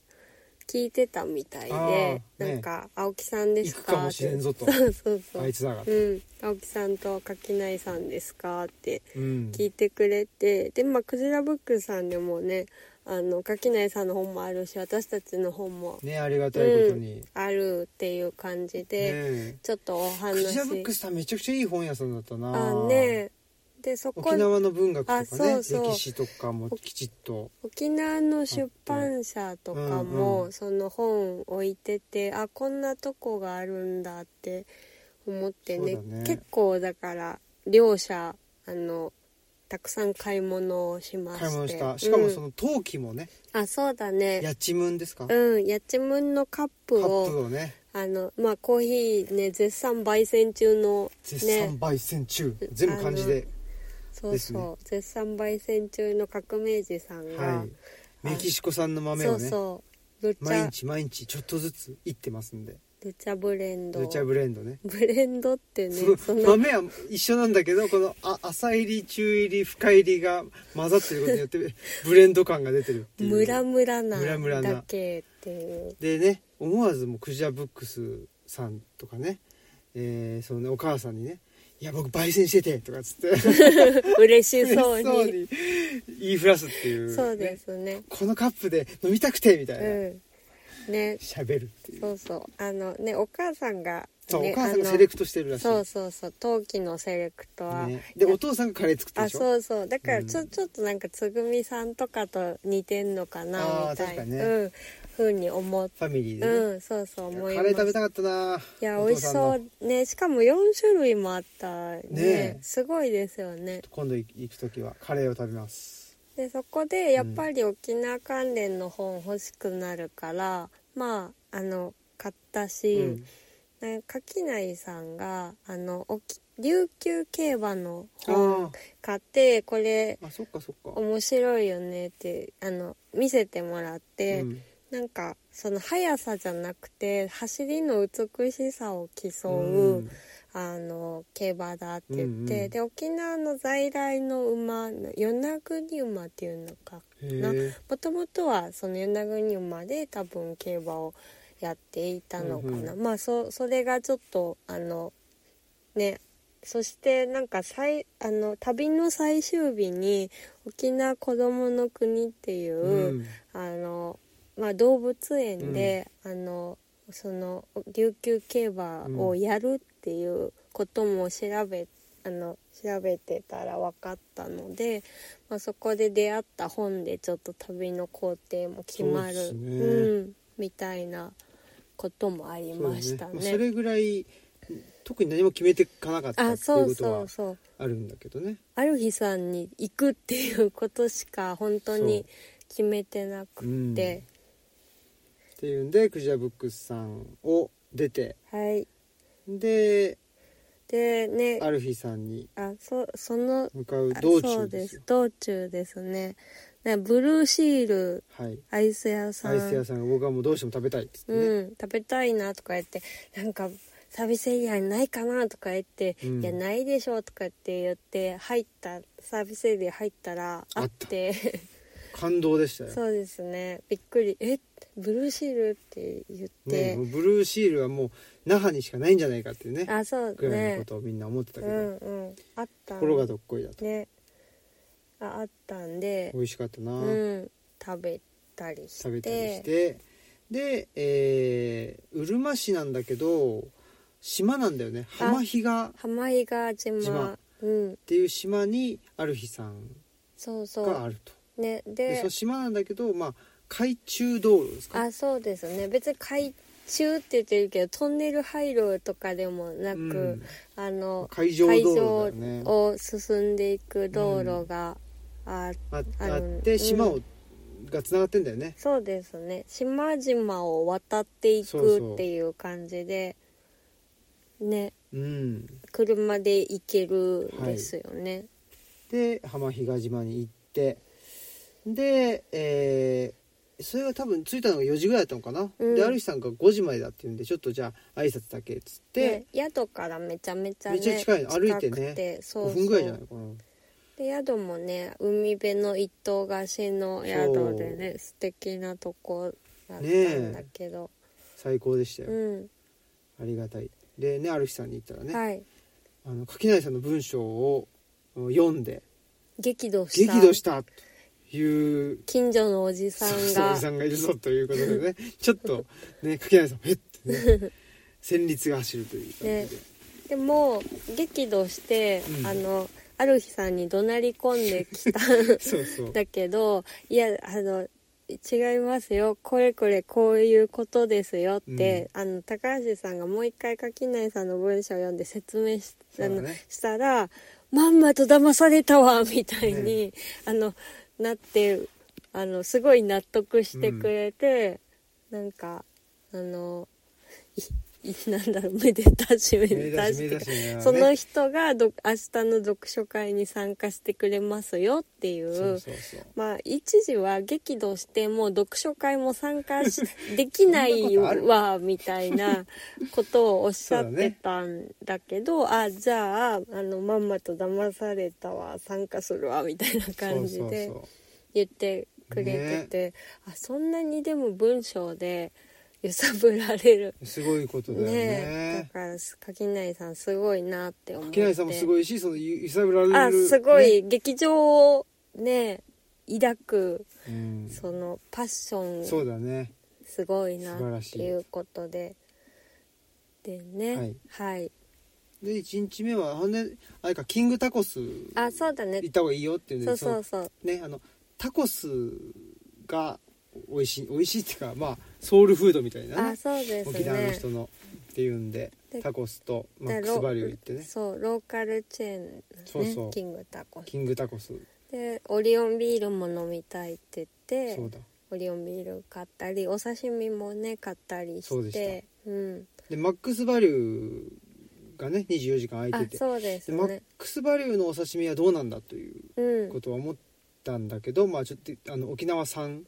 聞いてたみたいあーでね、なんか「青木さんで行すか?」くかもしれんぞと そうそうそう、あいつだがうん「青木さんと垣内さんですか?」ってうん聞いてくれてでまあクジラブックさんでもねあの垣内さんの本もあるし私たちの本もねありがたいことに、ねあるっていう感じで、えちょっとお話クジラブックスさんめちゃくちゃいい本屋さんだったなあねでそこ沖縄の文学とかねあそうそう歴史とかもきちっと沖縄の出版社とかも、うんうんその本置いててあこんなとこがあるんだって思ってねそうだね結構だから両者あのたくさん買い物をしまして買い物したしかもその、の陶器もね、うんあそうだねやちむんですか、カうん、やっちむんのカップップを、をねあの、まあ、コーヒーね、絶賛焙煎中の、絶賛焙煎中、全部漢字でそうですそねう、絶賛焙煎中の革命児さんが、はいメキシコ産の豆そをうねそう、ルチ毎ャ、日毎日ちょっとずついってますんでルチャブレンド。ルチャブレンドねブレンドってね、そそんのな、豆は一緒なんだけどこのあ浅入り中入り深入りが混ざってることによって ブレンド感が出てるっていうムラムラなムラムラなだけっていう。でね思わずもうクジラブックスさんとかね、えーそのねお母さんにね「いや僕焙煎してて」とかっつって 嬉嬉しそうに。しそうに言いふらすっていう、そうでねすね。このカップで飲みたくてみたいなうん。ね、喋、るっていうそうそう。あのね、お母さんが、そう、ね、お母さんがあのセレクトしてるらしいそうそうそう陶器のセレクトは、ね、でお父さんがカレー作ってるあでしょそうそうだからちょ,、うんちょっとなんかつぐみさんとかと似てんのかなあーみた確いな、かにねうん、ふうに思っファミリーて、で、ねうんそうそういや思いカまレーし食べたたかったないやお美父味しさんのそうねしかも4種類もあったねねえすごいですよね今度行く時はカレーを食べますでそこでやっぱり沖縄関連の本欲しくなるから、まああの買ったし、うんなんか垣内さんがあの沖琉球競馬のあ本買ってこれーあそっかそっか面白いよねってあの見せてもらって、うんなんかその速さじゃなくて走りの美しさを競う、うんあの競馬だって言って、うんうんで沖縄の在来の馬与那国馬っていうのかなへもともとはその与那国馬で多分競馬をやっていたのかな、うんまあそそれがちょっとあのねそしてなんか最あの旅の最終日に沖縄こどもの国っていえう、うんあのまあ、動物園で、あのその琉球競馬をやるっていうことも調べあの調べてたら分かったので、まあ、そこで出会った本でちょっと旅の行程も決まそうでるすねう、ん、みたいなこともありそうまでしすたねね。まあそれぐらい特に何も決めていかなかったあっていそううことそはうそうあるんだけどねある日さんに行くっていうことしか本当に決めてなくうんて、っていうんでクジラブックスさんを出てはいででねアルフィーさんにあそその向かう道あそ中うでですすよ道中ですねねブルーシールはいアイス屋さアんイス屋さんが僕はもうどうしても食べたいっつってね、うん、食べたいなとか言ってなんかサービスエリアにないかなとか言って、うんいやないでしょとかって言って入ったサービスエリア入ったらああっったて感動でしたよそうですねびっくりえブルーシールって言って、ね、もうブルーシールはもう那覇にしかないんじゃないかっていうねあそうぐらいのねことをみんな思ってたうけど、んうんあったところがどっこいだと、ねああったんで美味しかったな、うん、食べたりして食べたりしてで、えー、うるま市なんだけど島なんだよねあ浜比嘉っ浜比嘉島島うんていう島にアルヒさんそうそがあうるとねででその島なんだけどまあ海中道路ですかあそうですね別に海中って言ってるけどトンネル入るとかでもなく、うんあの海上海道上路だよねを進んでいく道路がああああのって島うをがつながってんだよねそうですね島々を渡っていくっていう感じでねうん車で行けるんですよね、で浜比嘉島に行ってでえーそれが多分着いたのが4時ぐらいだったのかな、うんである日さんが5時までだって言うんでちょっとじゃあ挨拶だけっつって、で宿からめちゃめちゃねめっちゃ近いの歩いてね近くてそ5うそう分ぐらいじゃないかなで宿もね海辺の一棟貸しの宿でね素敵なとこだったんだけど、最高でしたよ、うん、ありがたいでねある日さんに言ったらね、はいあの垣内さんの文章を読んで激怒した激怒したという近所のおじさんそうそうおがじさんがいるぞということでね ちょっとね垣内さんもえって ね戦慄が走るという感じで、ねでも激怒して、うんあのある日さんに怒鳴り込んできたそうそうだけどいやあの違いますよこれこれこういうことですよって、あの高橋さんがもう一回垣内さんの文章を読んで説明し,、そうだあねのしたらまんまと騙されたわみたいに、あのなってあのすごい納得してくれて、なんかあのいいなんだろうめでたしめ目でた出ししって目か出しねその人がど明日の読書会に参加してくれますよっていうそうそうそうまあ一時は激怒してもう読書会も参加しできないわみた いなことをおっしゃってたんだけどあじゃああのまんまと騙されたわ参加するわみたいな感じでそうそう言ってくれててあそんなにでも文章で揺さぶられるそうすごいことだよねえだねから垣内さんすごいなって思って垣内さんもすごいしそのゆ揺さぶられるあすごねい劇場をね抱くうんそのパッショそンうだねすごいな素晴らっしていいうことででねはい、で1日目はほんであれかキングタコス行あそうだねった方がいいよっていうんでそうそのうそうねあのタコスが美味しい美味しいっていうかまあソウルフードみたいなね、あそうです沖縄のね人のっていうんででタコスとマッだクスロバリュー行ってねそうローカルチェーン、ね、そうそうキングタコスキングタコスでオリオンビールも飲みたいって言ってそうだオリオンビール買ったりお刺身もね買ったりそうしでしてうんでマックスバリューがね24時間あ空いててそうですでマねックスバリューのお刺身はどうなんだといううんことは思ったんだけど、まあちょっとあの沖縄産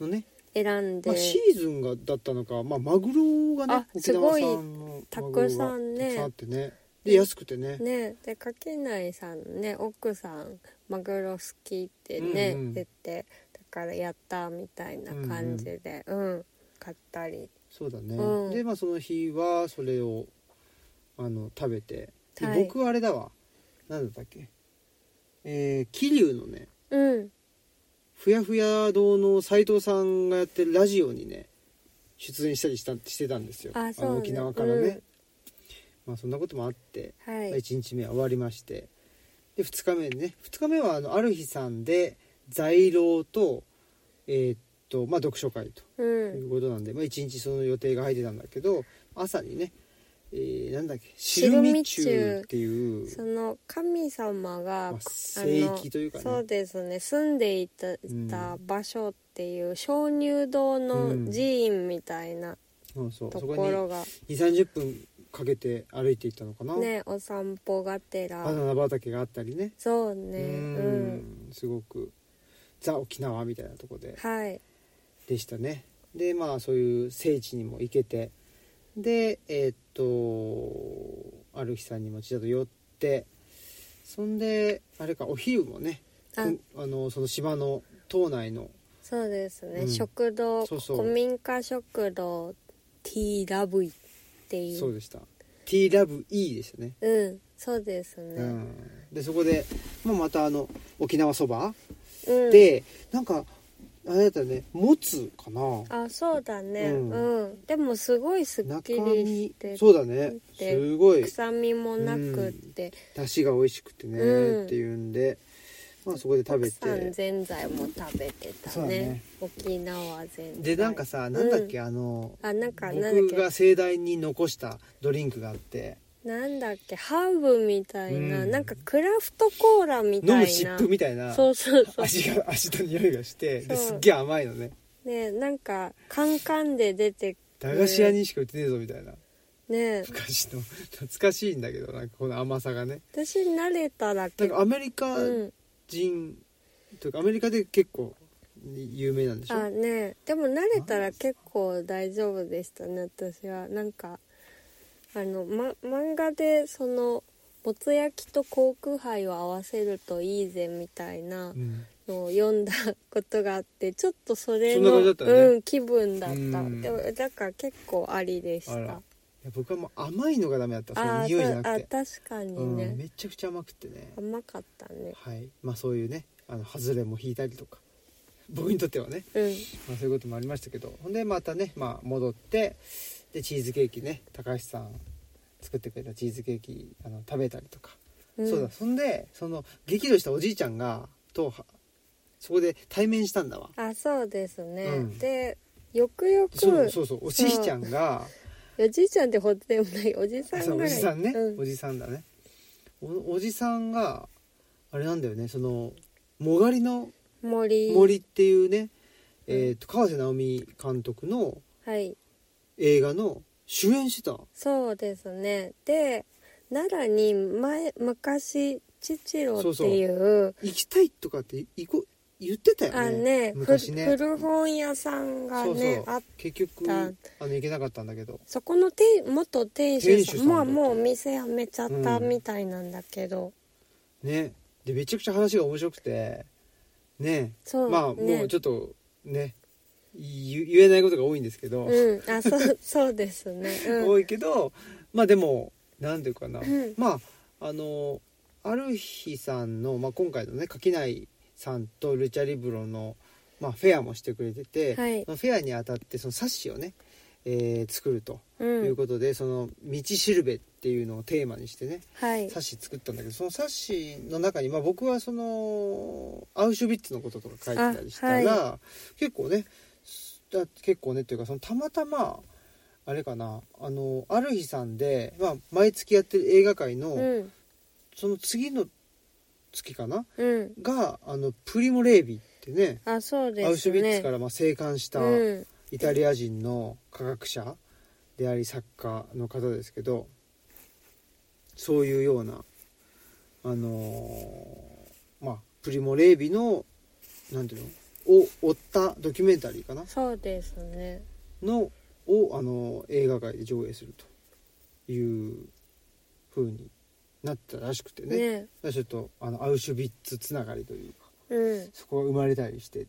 のね、選んで、まあ、シーズンがだったのか、まあ、マグロがねあ沖縄産のすマごいグロがたくさんねたくさんあってねで安くてねねで垣内さんね奥さんマグロ好きってね、うんうん言ってだからやったみたいな感じでうん、買ったりそうだね、うんでまあその日はそれをあの食べてで、はい僕はあれだわ何だったっけえー桐生のねうんふやふや堂の斎藤さんがやってるラジオにね出演したりしたしてたんですよあそうねの沖縄からね、まあそんなこともあってはい、 1日目は終わりましてで2日目ね2日目はあのある日さんで在廊とえーっとまあ読書会とういんうことなんで、まあ、1日その予定が入ってたんだけど朝にね、えーなんだっけ汁汁味味中中っていうその神様が、まああ聖の域というかねそうですね住んでいた,、ん場所っていう鍾乳洞のうん寺院みたいなそうそうとそこころが、に2 3 0分かけて歩いていったのかな、ねお散歩がてバらナナ畑があったりねそうねううんんすごくザ・沖縄みたいなとこではいでしたねでまあそういう聖地にも行けてでえーっとある日さんにもちょっと寄ってそんであれかお昼もねあうんあのその島の島内のそうですね、うん食堂そうそう古民家食堂 T ラブイっていうそうでした T ラブ E でしたね、うんそうですね、ううんん、でそこで、まあ、またあの沖縄そば、ででなんかあれだったらねもつかなあそうだねううんん、でもすごいすっ中きりし身てそうだねですごい臭みもなくって、出汁が美味しくてね、うんっていうんで、まあ、そこで食べ奥さんてぜんざいも食べてたそうねだね沖縄ぜんざいでなんかさなんだっけ、うんあのあなんかなんだっ僕けが盛大に残したドリンクがあってなんだっけハーブみたいな、うんなんかクラフトコーラみ飲たむい湿な布みたいなそうそうそう味が味と匂いがしてでそうすっげえ甘いのねねなんかカンカンで出て駄菓子屋にしか売ってねえぞみたいなね昔の懐かしいんだけどなんかこの甘さがね私慣れたらなけんかアメリカうん人というかアメリカで結構有名なんでしょあねでも慣れたら結構大丈夫でしたね私はなんかあの、ま、漫画でそのもつ焼きと航空杯を合わせるといいぜみたいなうんのを読んだことがあってちょっとそれそんなの感じだったねうん、気分だったうんでもだから結構ありでしあらたいや僕はもう甘いのがダメだったそあのー匂いじゃそうなあくて、確かにうんね、めちゃくちゃ甘くてね甘かったねはいまあそういうねあの外れも引いたりとか僕にとってはね、うんまあ、そういうこともありましたけどほんでまたね、まあ、戻ってでチーズケーキね高橋さん作ってくれたチーズケーキあの食べたりとか、んそうだそんでその激怒したおじいちゃんがとはそこで対面したんだわあそうですね、うんでよくよくそうそうそうおじいちゃんがおじいちゃんってほどでもないおじさんそうおぐらいじさんね、うおじさんだねおおじさんがあれなんだよねそのもがりのん、森森っていうね、えー、と川瀬直美監督のはい映画の主演してたそうですねで奈良に前昔父郎っていう行きたいとかって行こ言ってたあよねねふ昔ね古本屋さんがそうねそあう結局ああっの行けなかったんだけどそこの店元店主店主ささんんもだうったもうお店辞めちゃったうんみたいなんだけど、ねでめちゃくちゃ話が面白くてねそうまあねもうちょっとね言言えないことが多いんですけど、うんあそうそうですね うん多いけどまあでもなんていうかな、うんまああのある日さんの、まあ、今回のね垣内さんとルチャリブロの、まあ、フェアもしてくれてて、はいそのフェアにあたってその冊子をね、えー作るとうんいうことで、その「道しるべ」っていうのをテーマにしてねはい冊子作ったんだけどその冊子の中に、まあ、僕はそのアウシュビッツのこととか書いてたりしたら、あ結構ねすだ結構ねっていうかそのたまたまあれかなあのある日さんで、まあ、毎月やってる映画界の、うんその次の月かなうんがあのプリモ・レービーってねあそうですねアウシュビッツからまあ生還したうんイタリア人の科学者であり作家の方ですけどそういうようなあのーまあプリモ・レービのなんていうのを追ったドキュメンタリーかなそうですねのを、あのー映画界で上映するという風になったらしくてねねちょっとあのアウシュビッツつながりというかうんそこが生まれたりして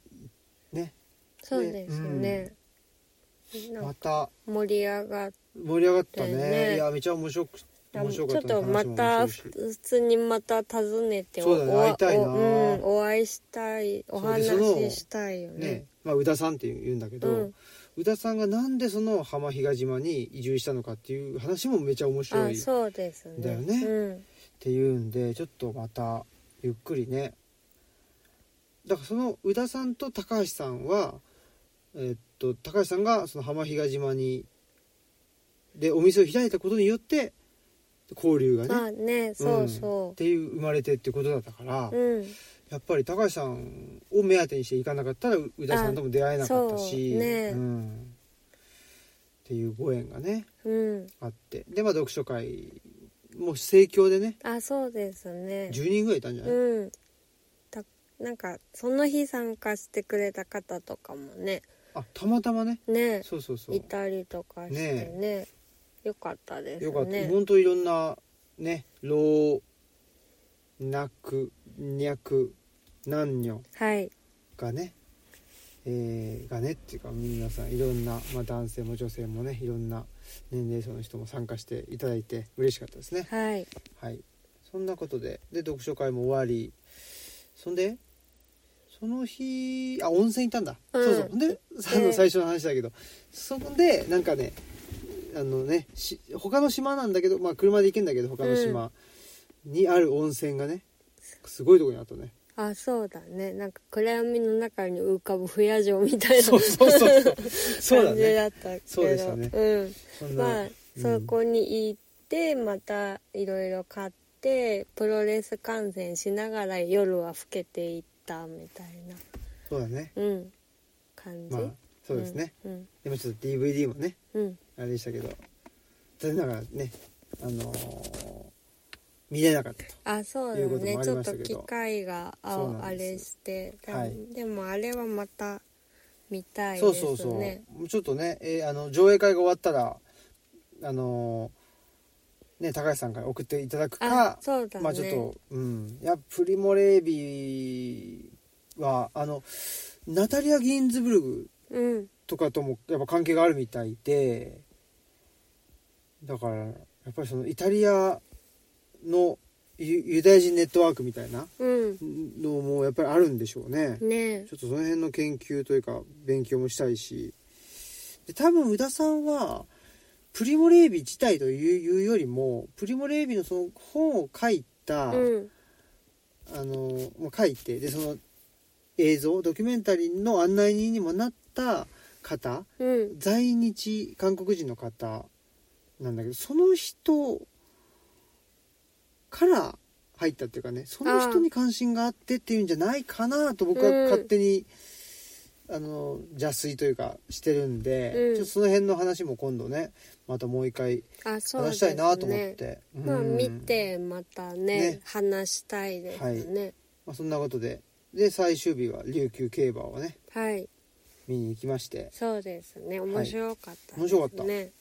ねそうですね。なんかまた盛り上がっ盛り上がったねだよねいやめちゃ面白くた。面ち白ょっかったとまた普通にまた訪ねてそうだねお会いたいなおうん、お会いしたいお話そうでそのししたいよねね。まあ、宇田さんっていうんだけど、うん宇田さんがなんでその浜比嘉島に移住したのかっていう話もめちゃ面白あいっそうですね。だよねうんていうんでちょっとまたゆっくりねだからその宇田さんと高橋さんはえっと高橋さんがその浜比嘉島にでお店を開いたことによって交流がねまあねそうそっていう生まれてってことだったから、う。うん、やっぱり高橋さんを目当てにしていかなかったら宇田さんとも出会えなかったしあそうねん、っていうご縁がねうん、あってでまあ読書会もう盛況でねあそうですね。 10人ぐらいいたんじゃない、うん。たなんかその日参加してくれた方とかもねあたまたまねねそうそうそういたりとかしてねよかったですね。よかった、ほんといろんなね老若若男女はい。がね、えーがねっていうか皆さんいろんな、まあ、男性も女性もねいろんな年齢層の人も参加していただいて嬉しかったですねはい。はいそんなことでで読書会も終わりそんでその日あ温泉行ったんだ、うんそうそうほんであの最初の話だけどそこでなんかねあのねし他の島なんだけどまあ車で行けんだけど他の島にある温泉がねすごいとこにあったねあ、そうだね。なんか暗闇の中に浮かぶ不夜城みたいなそうそう そうそうそうだ感じねだったけど。そうでしたねうん。そんなまあ、うんそこに行ってまたいろいろ買ってプロレス観戦しながら夜は更けていったみたいなそうだねうん感じ、まあそうですね、うんでもちょっと DVD もねうんあれでしたけど残念ながらねあのー見れなかったとあそういだうことねもあちりょまっしたとけど機会があそうなんあですれして、はいでもあれはまた見たいそでうすねそうそうちょっとね、えーあの上映会が終わったらあのーね高橋さんから送っていただくあかそうだね、まあちょっとうんいやプリモレービーはあのナタリア・ギンズブルグうんとかともやっぱ関係があるみたいでだからやっぱりそのイタリアのユユダヤ人ネットワークみたいなうんのもやっぱりあるんでしょうね。ねちょっとその辺の研究というか勉強もしたいしで多分宇田さんはプリモレービ自体といういうよりもプリモレービのその本を書いた、うんあのまあ書いてでその映像ドキュメンタリーの案内人にもなった方うん在日韓国人の方なんだけどその人から入ったっていうかねそのあ人あに関心があってっていうんじゃないかなと僕はうん勝手に、あの邪推というかしてるんで、うんちょっとその辺の話も今度ねまたもう一回あそうで話しすたねいなと思って。まあうん見てまたねね話したいですねまあ、そんなことでで最終日は琉球競馬をねはい、見に行きましてそうですね面白かった面白かったね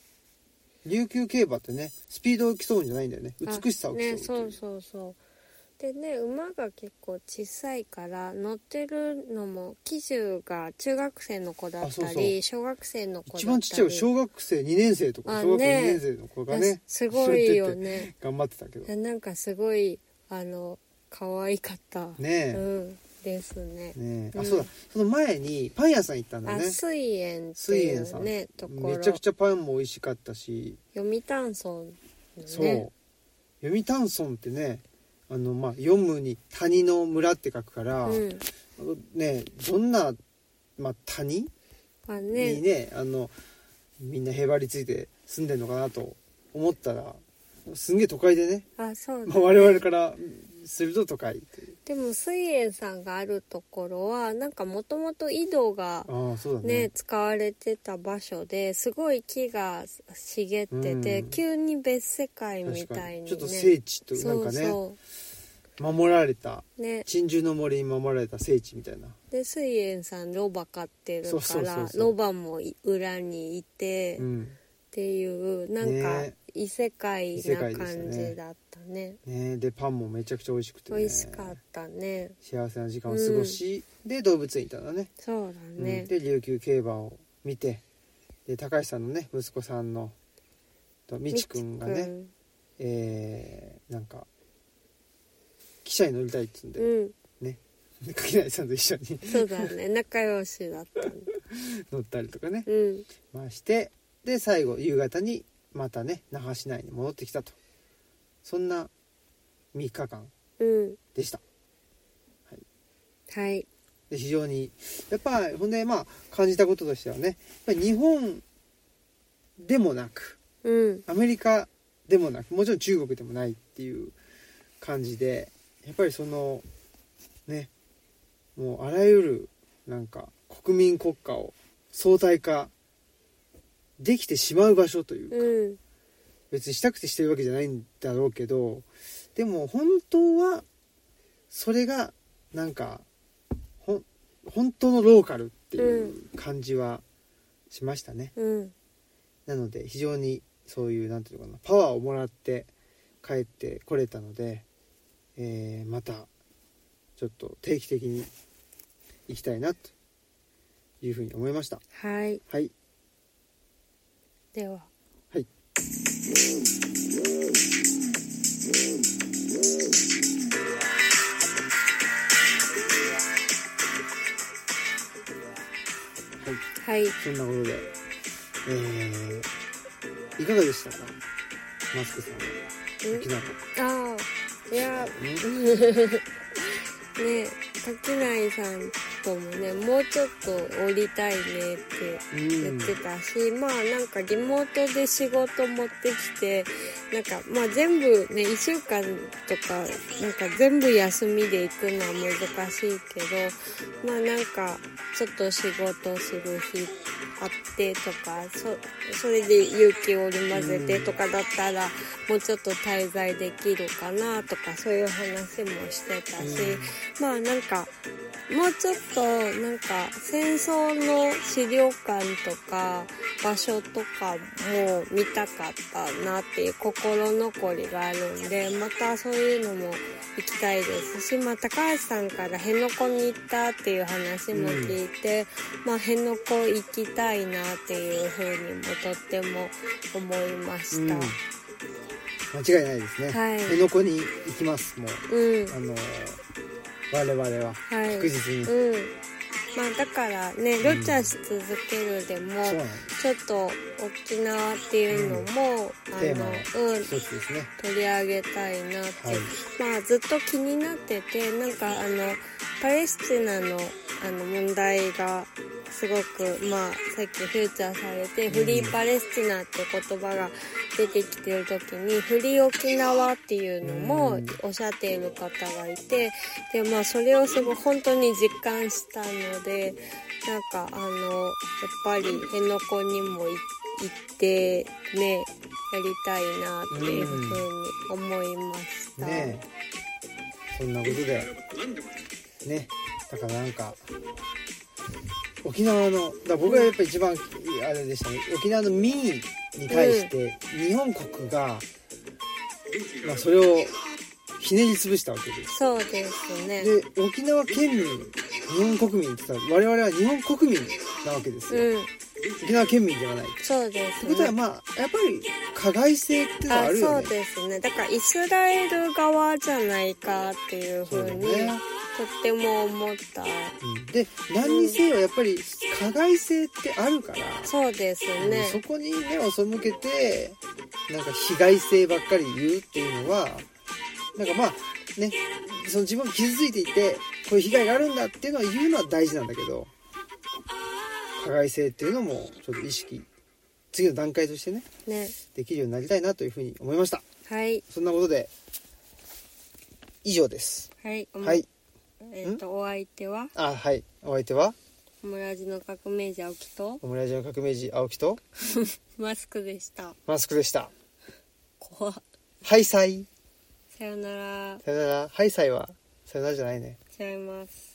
琉球競馬ってねスピードを競うんじゃないんだよねあ美しさを競うっていねそうそうそうでね馬が結構小さいから乗ってるのも騎手が中学生の子だったありそうそう小学生の子だったり一番ちっちゃい小学生2年生とかあ小学校2ね年生の子がいやねすごいよ連れてってね頑張ってたけどいやなんかすごいあの可愛かった、ねうんですねえねえうあんそうだその前にパン屋さん行ったんだあね水園って水い園さうんねところめちゃくちゃパンも美味しかったし読谷村のそうね読谷村ってねあのまあ読むに谷の村って書くから、うんねどんな、まあ、谷まあねにねあのみんなへばりついて住んでんのかなと思ったらすんげえ都会でね、あそうまあ、我々からすると都会というでも水園さんがあるところはなんかもともと井戸がああそうだねね使われてた場所ですごい木が茂ってて、うん急に別世界み確たかいににねちょっと聖地となんかねそう守られたそうね珍獣の森に守られた聖地みたいなで水園さんロバ飼ってるそうかそうそらうそうロバも裏にいて、うっんていうなんかね異世界異世な界でしたね感じだったねねでパンもめちゃくちゃ美味しくて、ね、美味しかったね幸せな時間を過ごし、で動物園行ったんだねそうだうんね、で琉球競馬を見てで高橋さんのね息子さんのとみちくんがねみちえーなんか汽車に乗りたいっつうんくで、んうんね柿内さんと一緒に そうだね仲良しだったね乗ったりとかね、うんまあ、してで最後夕方にまたね那覇市内に戻ってきたとそんな3日間うんでしたはいで非常にやっぱほんでまあ感じたこととしてはねやっぱり日本でもなくうんアメリカでもなくもちろん中国でもないっていう感じでやっぱりそのねもうあらゆるなんか国民国家を相対化できてしまう場所というか、うん別にしたくてしてるわけじゃないんだろうけどでも本当はそれがなんかほん本当のローカルっていう感じはしましたね。うんなので非常にそういうなんていうのかなパワーをもらって帰ってこれたので、えーまたちょっと定期的に行きたいなというふうに思いましたはいはいでははいはいはいそんなことでえーいかがでしたかマスクさんは沖縄ああいやね ね滝内さんともねもうちょっと降りたいねってうん言ってたし、まあなんかリモートで仕事持ってきてなんかまあ全部ね1週間とかなんか全部休みで行くのは難しいけどまあなんかちょっと仕事する日あってとかそそれで勇気を織り交ぜてとかだったらもうちょっと滞在できるかなとかそういう話もしてたしまあなんかもうちょっとなんか戦争の資料館とか場所とかも見たかったなっていう心残りがあるんでまたそういうのも行きたいですし、まあ、高橋さんから辺野古に行ったっていう話も聞いて、まあ、辺野古行きたいなっていうふうにもとっても思いました。うん間違いないですね、はい辺野古に行きますもううんあのー我々ははい確実に、うんまあだからね、ロチャし続けるでも、そうなんですちょっと沖縄っていうのも、テーマあの、うん、一つですね取り上げたいなって、はいまあずっと気になっててなんかあのパレスチナのあの問題がすごくまあさっきフューチャーされて、フリーパレスチナって言葉が出てきてる時にフリー沖縄っていうのもうんおっしゃっている方がいてでまあそれをすごい本当に実感したのでなんかあのやっぱり辺野古にもい行ってねやりたいなっていうふうに思いました。ねえそんなことでねだからなんか沖縄のだから僕がやっぱ一番あれでしたね沖縄の民意に対して日本国が、まあ、それをひねり潰したわけですそうですね。で沖縄県民日本国民って言ったら我々は日本国民なわけですよ、うん、沖縄県民ではないっそうですてことはね。まあやっぱり加害性っていうのはああるそようねですね。だからイスラエル側じゃないかっていうふうにそうだねとっても思った。で何にせよやっぱり加害性ってあるから、そうですね。そこに目を背けてなんか被害性ばっかり言うっていうのはなんかまあねその自分が傷ついていてこういう被害があるんだっていうのは言うのは大事なんだけど加害性っていうのもちょっと意識次の段階としてねね。できるようになりたいなというふうに思いましたはい。そんなことで以上ですはい。おもはいえっ、と、お相手は、あはいお相手はオムラジの革命者、沖と、オムラジオ革命児青木とマスクでした。マスクでした怖っハイサイさよなら。さよならハイサイはさよならじゃないね違います。